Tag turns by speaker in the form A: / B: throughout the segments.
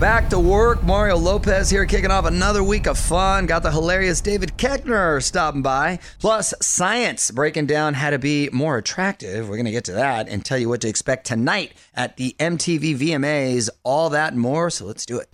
A: Back to work. Mario Lopez here, kicking off another week of fun. Got the hilarious David Keckner stopping by. Plus, science breaking down how to be more attractive. We're going to get to that and tell you what to expect tonight at the MTV VMAs. All that and more. So let's do it.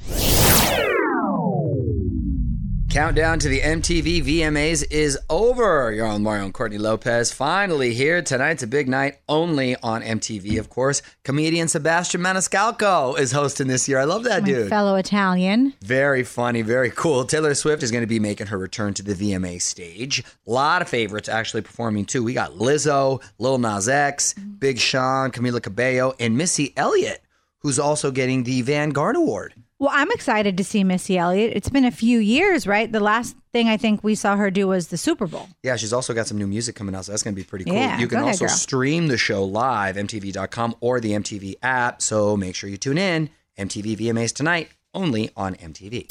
A: Countdown to the MTV VMAs is over. You're on Mario and Courtney Lopez. Finally here. Tonight's a big night only on MTV, of course. Comedian Sebastian Maniscalco is hosting this year. I love that
B: My
A: dude.
B: fellow Italian.
A: Very funny, very cool. Taylor Swift is going to be making her return to the VMA stage. A lot of favorites actually performing too. We got Lizzo, Lil Nas X, Big Sean, Camila Cabello, and Missy Elliott, who's also getting the Vanguard Award.
B: Well, I'm excited to see Missy Elliott. It's been a few years, right? The last thing I think we saw her do was the Super Bowl.
A: Yeah, she's also got some new music coming out, so that's going to be pretty cool.
B: Yeah,
A: you can
B: go ahead,
A: also
B: girl.
A: stream the show live, MTV.com or the MTV app, so make sure you tune in. MTV VMAs tonight, only on MTV.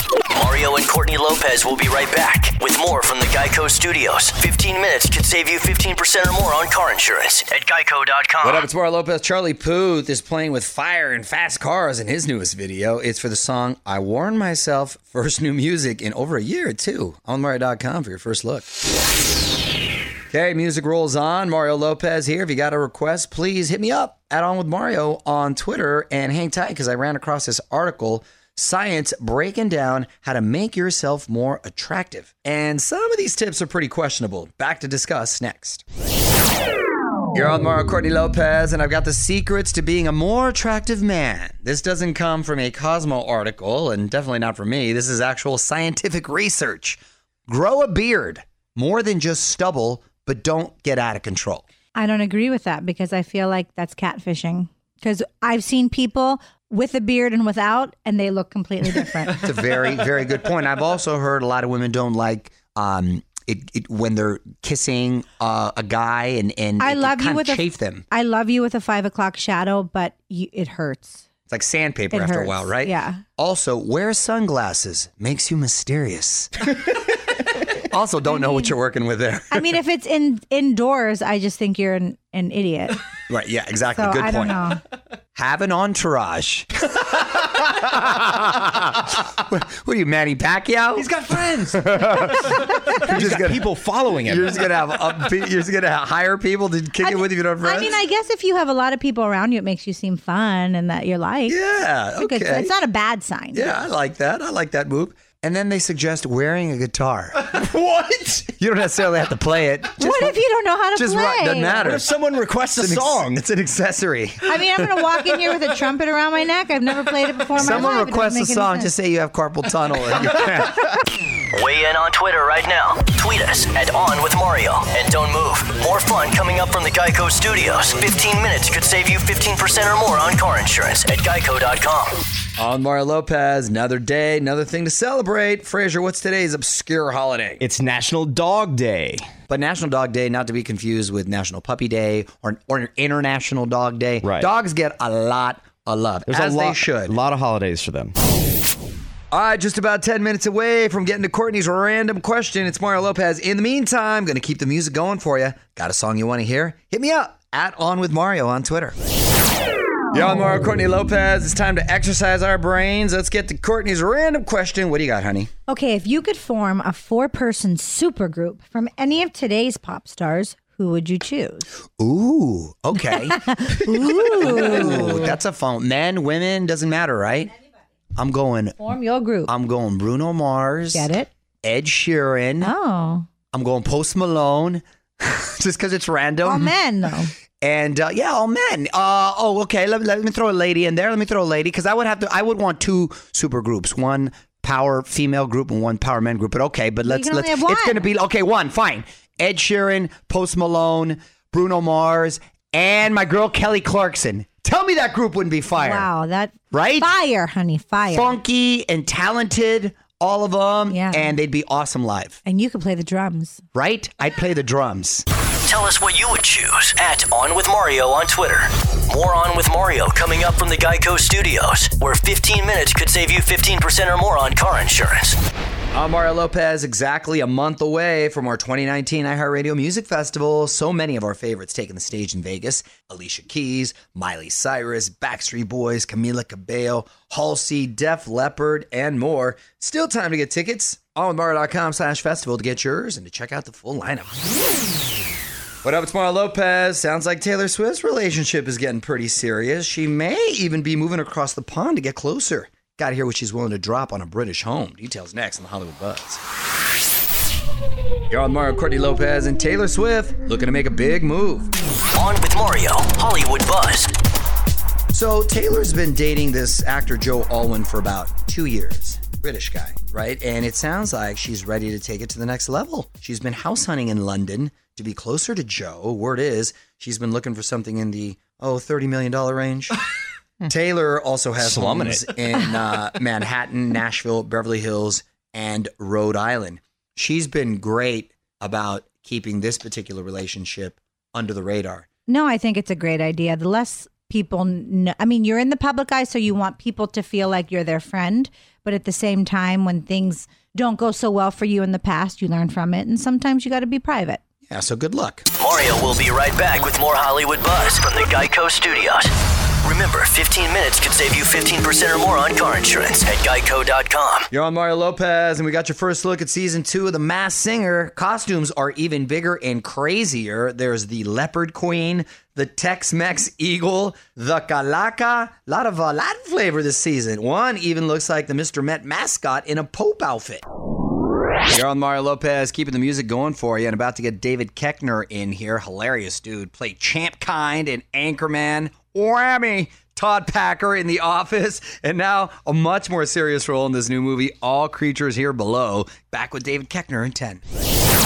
C: Mario and Courtney Lopez will be right back with more from the Geico Studios. 15 minutes could save you 15% or more on car insurance at geico.com.
A: What up, it's Mario Lopez. Charlie Puth is playing with fire and fast cars in his newest video. It's for the song I Warn Myself, first new music in over a year, too. On Mario.com for your first look. Okay, music rolls on. Mario Lopez here. If you got a request, please hit me up at On With Mario on Twitter and hang tight because I ran across this article Science Breaking Down How to Make Yourself More Attractive. And some of these tips are pretty questionable. Back to discuss next. You're on Mario Courtney Lopez, and I've got the secrets to being a more attractive man. This doesn't come from a Cosmo article, and definitely not from me. This is actual scientific research. Grow a beard, more than just stubble, but don't get out of control.
B: I don't agree with that because I feel like that's catfishing. Because I've seen people with a beard and without, and they look completely different.
A: It's a very, very good point. I've also heard a lot of women don't like um, it, it when they're kissing uh, a guy and and
B: I
A: it,
B: love
A: it
B: you
A: kind
B: with
A: of
B: a
A: chafe them.
B: I love you with a five o'clock shadow, but you, it hurts.
A: It's like sandpaper
B: It
A: after a
B: hurts,
A: while, right?
B: yeah.
A: Also, wear sunglasses. Makes you mysterious. also, don't know what you're working with there.
B: I mean, if it's in indoors, I just think you're an, an idiot.
A: right. Yeah, exactly.
B: So
A: Good
B: I
A: point.
B: don't know.
A: Have an entourage. what, what are you, Manny Pacquiao?
D: He's got friends.
A: you're just gonna,
D: People following him.
A: you're just gonna have up, you're just gonna hire people to kick it with you if you don't have friends.
B: I mean, I guess if you have a lot of people around you, it makes you seem fun and that you're like,
A: yeah, okay.
B: It's not a bad sign.
A: Yeah, I like that. I like that move. And then they suggest wearing a guitar.
D: what?
A: you don't necessarily have to play it. Just,
B: what if you don't know how to
A: just
B: play?
A: right, doesn't matter.
D: What if someone requests a
A: It's an ex-
D: song?
A: It's an accessory.
B: I mean, I'm going to walk in here with a trumpet around my neck. I've never played it before. in my
A: Someone
B: life. It doesn't
A: requests a
B: make any
A: song.
B: sense.
A: Just say you have carpal tunnel. And you
C: Weigh in on Twitter right now. Tweet us at On With Mario. And don't move. More fun coming up from the Geico Studios. 15 minutes could save you 15% or more on car insurance at geico.com.
A: On Mario Lopez, another day, another thing to celebrate. Frazier, what's today's obscure holiday?
D: It's National Dog Day.
A: But National Dog Day, not to be confused with National Puppy Day or, or International Dog Day.
D: Right.
A: Dogs get a lot of love, as
D: a lot,
A: they should.
D: A lot of holidays for them.
A: All right, just about 10 minutes away from getting to Courtney's random question. It's Mario Lopez. In the meantime, going to keep the music going for you. Got a song you want to hear? Hit me up at On With Mario on Twitter. Yo, I'm Mario Courtney Lopez. It's time to exercise our brains. Let's get to Courtney's random question. What do you got, honey?
B: Okay, if you could form a four person supergroup from any of today's pop stars, who would you choose?
A: Ooh, okay.
B: Ooh.
A: Ooh, that's a fun. Men, women, doesn't matter, right? I'm going.
B: Form your group.
A: I'm going Bruno Mars.
B: Get it?
A: Ed Sheeran.
B: Oh.
A: I'm going Post Malone. Just because it's random.
B: All men, though.
A: And uh, yeah, all men. Uh, oh, okay. Let, let me throw a lady in there. Let me throw a lady because I would have to. I would want two super groups. One power female group and one power men group. But okay, but let's
B: can
A: let's.
B: only have
A: It's
B: one.
A: gonna be okay. One fine. Ed Sheeran, Post Malone, Bruno Mars, and my girl Kelly Clarkson. Tell me that group wouldn't be fire.
B: Wow, that
A: Right?
B: fire, honey, fire.
A: Funky and talented, all of them.
B: Yeah.
A: And they'd be awesome live,
B: And you could play the drums.
A: right? I'd play the drums.
C: Tell us what you would choose at On With Mario on Twitter. More On With Mario coming up from the Geico Studios, where 15 minutes could save you 15% or more on car insurance.
A: I'm Mario Lopez, exactly a month away from our 2019 iHeartRadio Music Festival. So many of our favorites taking the stage in Vegas Alicia Keys, Miley Cyrus, Backstreet Boys, Camila Cabello, Halsey, Def Leppard, and more. Still time to get tickets. OnWithMario.com slash festival to get yours and to check out the full lineup. What up, it's Mario Lopez. Sounds like Taylor Swift's relationship is getting pretty serious. She may even be moving across the pond to get closer. Got to hear what she's willing to drop on a British home. Details next on the Hollywood Buzz. You're on Mario Courtney Lopez and Taylor Swift looking to make a big move.
C: On with Mario, Hollywood Buzz.
A: So Taylor's been dating this actor Joe Alwyn for about two years. British guy, right? And it sounds like she's ready to take it to the next level. She's been house hunting in London to be closer to Joe. Word is she's been looking for something in the oh $30 million range. Taylor also has
D: Slumming
A: homes in uh, Manhattan, Nashville, Beverly Hills, and Rhode Island. She's been great about keeping this particular relationship under the radar.
B: No, I think it's a great idea. The less people know, I mean, you're in the public eye, so you want people to feel like you're their friend. But at the same time, when things don't go so well for you in the past, you learn from it. And sometimes you got to be private.
A: Yeah, so good luck.
C: Mario will be right back with more Hollywood Buzz from the Geico Studios. Remember, 15 minutes could save you 15% or more on car insurance at geico.com.
A: You're on Mario Lopez, and we got your first look at season two of The Mass Singer. Costumes are even bigger and crazier. There's the Leopard Queen, the Tex Mex Eagle, the Calaca. Lot of, a lot of flavor this season. One even looks like the Mr. Met mascot in a Pope outfit. You're on Mario Lopez, keeping the music going for you, and about to get David Keckner in here. Hilarious dude. Played Champ Kind and Anchorman. Whammy! Todd Packer in The Office, and now a much more serious role in this new movie, All Creatures Here Below. Back with David Keckner in 10.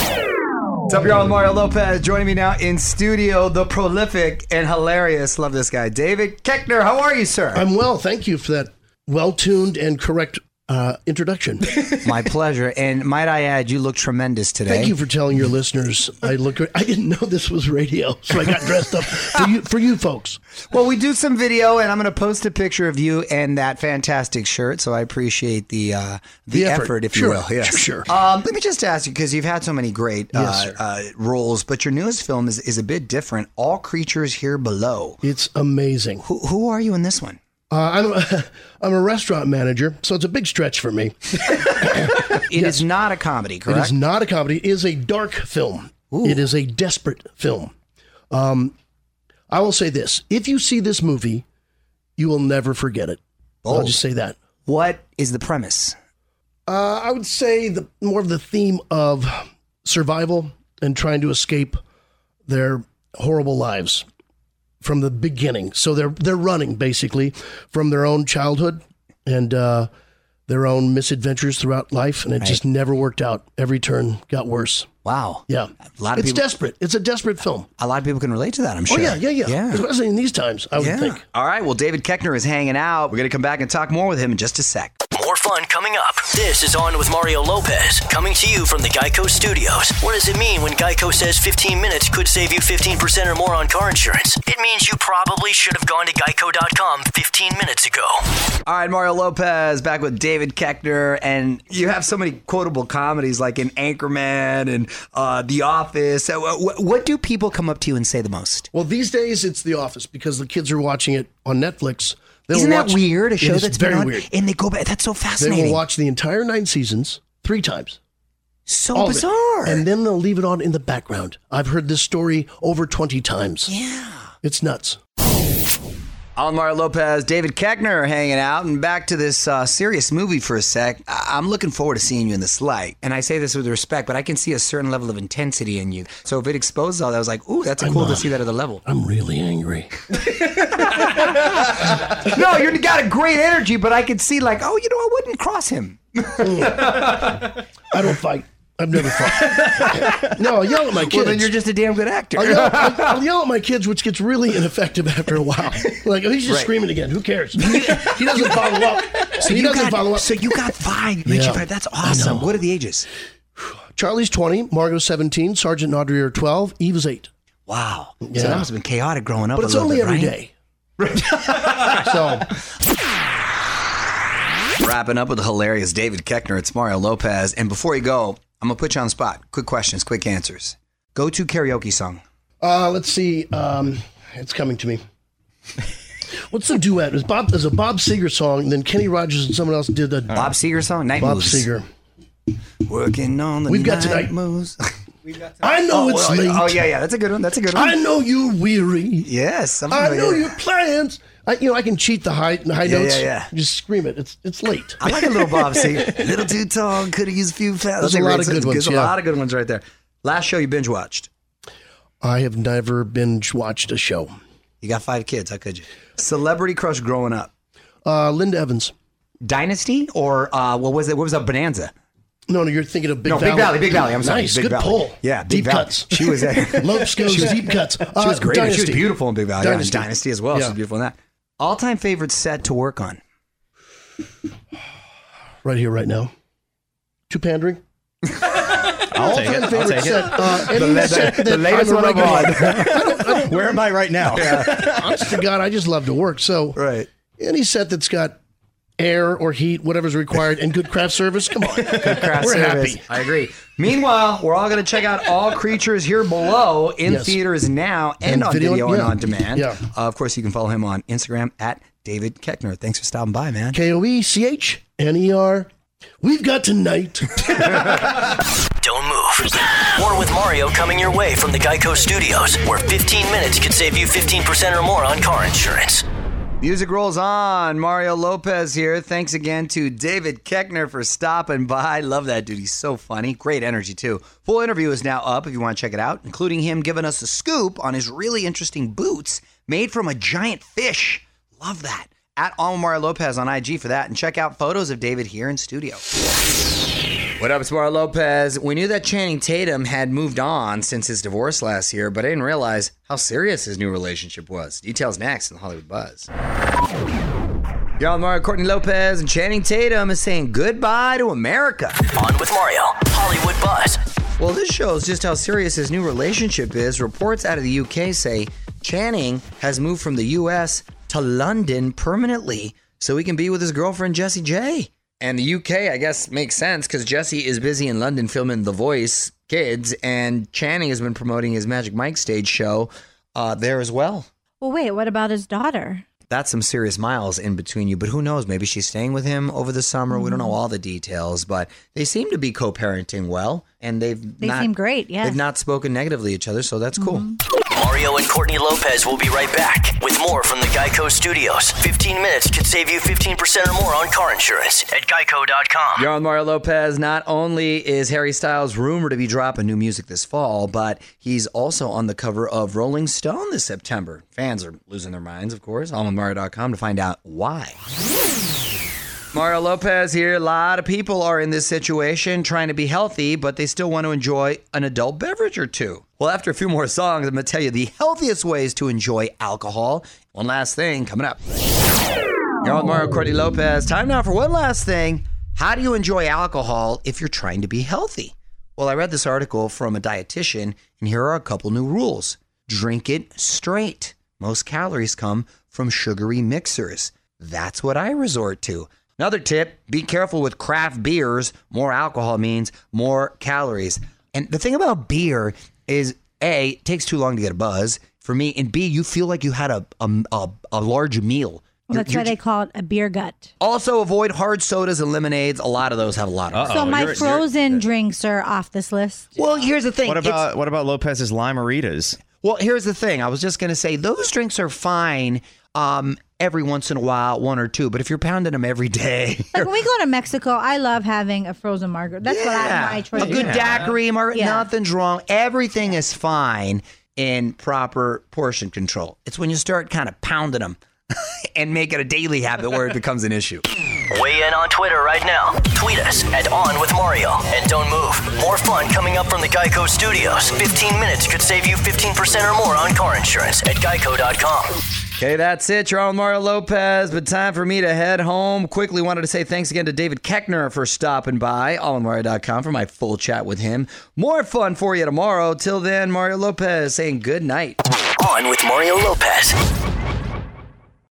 A: What's up, y'all? I'm Mario Lopez. Joining me now in studio, the prolific and hilarious, love this guy, David Keckner. How are you, sir?
E: I'm well. Thank you for that well tuned and correct uh, introduction.
A: My pleasure. And might I add, you look tremendous today.
E: Thank you for telling your listeners. I look. I didn't know this was radio, so I got dressed up for you for you folks.
A: Well, we do some video, and I'm going to post a picture of you and that fantastic shirt. So I appreciate the uh, the,
E: The
A: effort,
E: effort.
A: if
E: Sure,
A: you will. Yes.
E: sure, sure.
A: Um, let me just ask you because you've had so many great uh,
E: Yes, sir.
A: uh, roles, but your newest film is, is a bit different. All creatures here below.
E: It's amazing.
A: Who, who are you in this one?
E: Uh, I'm a, I'm a restaurant manager, so it's a big stretch for me.
A: It is not a comedy,
E: It
A: correct?
E: is not a comedy. It is a dark film. It is a desperate film. Um, I will say this: if you see this movie, you will never forget it. I'll
A: Bold.
E: just say that.
A: What is the premise?
E: Uh, I would say the more of the theme of survival and trying to escape their horrible lives from the beginning. So they're they're running basically from their own childhood and uh, their own misadventures throughout life, and it just never worked out. Every turn got worse.
A: Wow.
E: Yeah,
A: A lot of
E: it's
A: people.
E: desperate. It's a desperate film.
A: a lot of people can relate to that. I'm
E: Oh
A: sure.
E: yeah, yeah, yeah,
A: Yeah.
E: Especially in these times, I would
A: Yeah.
E: think.
A: All right. Well, David Keckner is hanging out. We're going to come back and talk more with him in just a sec.
C: More fun coming up. This is On with Mario Lopez, coming to you from the Geico Studios. What does it mean when Geico says 15 minutes could save you 15% or more on car insurance? It means you probably should have gone to geico.com 15 minutes ago.
A: All right, Mario Lopez back with David Keckner, and you have so many quotable comedies like in Anchorman and uh, The Office. So, uh, wh- what do people come up to you and say the most?
E: Well, these days it's The Office because the kids are watching it on Netflix. They'll
A: Isn't that
E: watch-
A: weird? A
E: It
A: show
E: is
A: that's
E: very
A: been on,
E: weird.
A: and they go back. That's so
E: They
A: fascinating.
E: will watch the entire nine seasons three times.
A: so
E: all of it.
A: Oh, bizarre.
E: And then they'll leave it on in the background. I've heard this story over 20 times.
A: yeah.
E: It's nuts.
A: Almar Lopez, David Keckner are hanging out, and back to this uh, serious movie for a sec. I- I'm looking forward to seeing you in this light, and I say this with respect, but I can see a certain level of intensity in you. So if it exposes all that, I was like, "Ooh, that's
E: I'm
A: cool to
E: not.
A: see that at the level."
E: I'm really angry.
A: no, you got a great energy, but I could see like, oh, you know, I wouldn't cross him.
E: I don't fight. I've never fought. no, I'll yell at my kids.
A: Well, then you're just a damn good actor.
E: I'll, yell, I'll- I'll yell at my kids, which gets really ineffective after a while. Like, oh, he's just screaming again. Who cares? He doesn't follow up. So he
A: you
E: doesn't
A: got,
E: follow up.
A: So you got five.
E: Yeah.
A: Richie, five. That's awesome. What are the ages?
E: Charlie's 20, Margot's 17, Sergeant and Audrey are 12, Eve is 8.
A: Wow. So
E: Yeah.
A: that must have been chaotic growing up.
E: But
A: a
E: it's
A: little
E: only
A: bit,
E: every
A: right?
E: day. so
A: wrapping up with the hilarious David Keckner. It's Mario Lopez. And before you go, I'm gonna put you on the spot. Quick questions, quick answers. Go to karaoke song.
E: Uh, let's see. Um, it's coming to me. What's the duet? It was Bob? There's a Bob Seger song, and then Kenny Rogers and someone else did a
A: Bob Seger song. Night
E: Bob
A: moves.
E: Seger.
A: Working on the
E: We've got
A: night
E: tonight.
A: moves.
E: I know it's
A: oh,
E: late.
A: oh yeah, yeah. That's a good one. That's a good one.
E: I know you're weary.
A: yes. I'm
E: I know
A: familiar.
E: your plans. I, you know I can cheat the high, the
A: Oh,
E: high
A: Yeah,
E: notes.
A: yeah, yeah.
E: Just scream it. It's it's late.
A: I like a little Bob Seger. a little too tall. Could have used a few fat.
E: There's a lot of good ones,
A: There's a
E: yeah.
A: lot of good ones right there. Last show you binge watched.
E: I have never binge watched a show.
A: You got five kids. How could you? Celebrity crush growing up.
E: Uh, Linda Evans.
A: Dynasty or uh, what was it? What was a Bonanza?
E: No, no, you're thinking of Big
A: No,
E: Valley.
A: Big Valley. Big Valley. I'm sorry.
E: Nice,
A: Big
E: good
A: Valley.
E: pull.
A: Yeah, Big
E: deep
A: Valley.
E: cuts.
A: She was there.
E: Lopes goes
A: She was-
E: deep cuts. Uh,
A: She was great. She was
E: Dynasty.
A: beautiful in Big Valley. Dynasty,
E: Dynasty.
A: Dynasty as well. She
E: Yeah.
A: was beautiful in that. All time favorite set to work on.
E: Right here, right now. Too pandering.
D: I'll take it.
E: All-time
D: I'll
E: favorite
D: take
E: set.
D: it.
E: Uh, any
A: la-
E: set
A: the-
E: that
A: the latest
E: I'm a
A: one I'm
E: regular-
D: Where am I right now?
E: honest to God, I just love to work. So
A: Right.
E: any set that's got air or heat, whatever's required, and good craft service, come on.
A: Craft
E: We're
A: service.
E: happy.
A: I agree. Meanwhile, we're all going to check out All Creatures Here Below in
E: Yes.
A: theaters now and,
E: And
A: on video,
E: video-
A: and
E: yeah.
A: on demand.
E: Yeah.
A: Uh, of course, you can follow him on Instagram at David Keckner. Thanks for stopping by, man.
E: K O E C H N E R. We've got tonight.
C: Don't move. More with Mario coming your way from the Geico Studios, where 15 minutes could save you 15% or more on car insurance.
A: Music rolls on. Mario Lopez here. Thanks again to David Keckner for stopping by. Love that dude. He's so funny. Great energy, too. Full interview is now up if you want to check it out, including him giving us a scoop on his really interesting boots made from a giant fish. Love that. At Alma Mario Lopez on IG for that. And check out photos of David here in studio. What up, it's Mario Lopez. We knew that Channing Tatum had moved on since his divorce last year, but I didn't realize how serious his new relationship was. Details next in the Hollywood Buzz. Y'all, Mario Courtney Lopez and Channing Tatum is saying goodbye to America.
C: On with Mario, Hollywood Buzz.
A: Well, this shows just how serious his new relationship is. Reports out of the UK say Channing has moved from the US to London permanently so he can be with his girlfriend Jessie J. And the UK, I guess, makes sense because Jessie is busy in London filming The Voice Kids, and Channing has been promoting his Magic Mike stage show uh, there as well.
B: Well, wait, what about his daughter?
A: that's some serious miles in between you. But who knows? Maybe she's staying with him over the summer. We don't
B: Mm-hmm.
A: know all the details, but they seem to be co-parenting well, and they've
B: They
A: not,
B: seem great, Mm-hmm. yes.
A: They've not spoken negatively to each other, so that's cool.
C: Mario and Courtney Lopez will be right back with more from the Geico Studios. 15 minutes could save you 15% or more on car insurance at geico.com.
A: You're on Mario Lopez. Not only is Harry Styles rumored to be dropping new music this fall, but he's also on the cover of Rolling Stone this September. Fans are losing their minds, of course. AlmaMario.com to find out why. Mario Lopez here. A lot of people are in this situation trying to be healthy, but they still want to enjoy an adult beverage or two. Well, after a few more songs, I'm going to tell you the healthiest ways to enjoy alcohol. One last thing coming up. You're on Mario Courtney Lopez. Time now for one last thing. How do you enjoy alcohol if you're trying to be healthy? Well, I read this article from a dietitian, and here are a couple new rules. Drink it straight. Most calories come from sugary mixers. That's what I resort to. Another tip be careful with craft beers. More alcohol means more calories. And the thing about beer is A, it takes too long to get a buzz for me, and B, you feel like you had a, a, a, a large meal.
B: Well, that's why they call it a beer gut.
A: Also, avoid hard sodas and lemonades. A lot of those have a lot of.
D: Uh-oh,
B: so my
D: you're- you're-
B: frozen drinks are off this list.
A: Well, here's the thing.
D: What
A: It's-
D: about what about Lopez's Limaritas?
A: Well, here's the thing. I was just going to say those drinks are fine um, every once in a while, one or two. But if you're pounding them every day,
B: Like when we go to Mexico, I love having a frozen margarita. That's
A: yeah,
B: what I, my choice.
A: a good
B: is.
A: daiquiri, mar-
B: Yeah.
A: nothing's wrong. Everything is fine in proper portion control. It's when you start kind of pounding them and make it a daily habit where it becomes an issue.
C: Weigh in on Twitter right now. Tweet us at On with Mario. And don't move. More fun coming up from the Geico Studios. 15 minutes could save you 15% or more on car insurance at geico.com.
A: Okay, that's it. You're on with Mario Lopez, but time for me to head home. Quickly wanted to say thanks again to David Keckner for stopping by, allinmario.com for my full chat with him. More fun for you tomorrow. Till then, Mario Lopez saying good night.
C: On with Mario Lopez.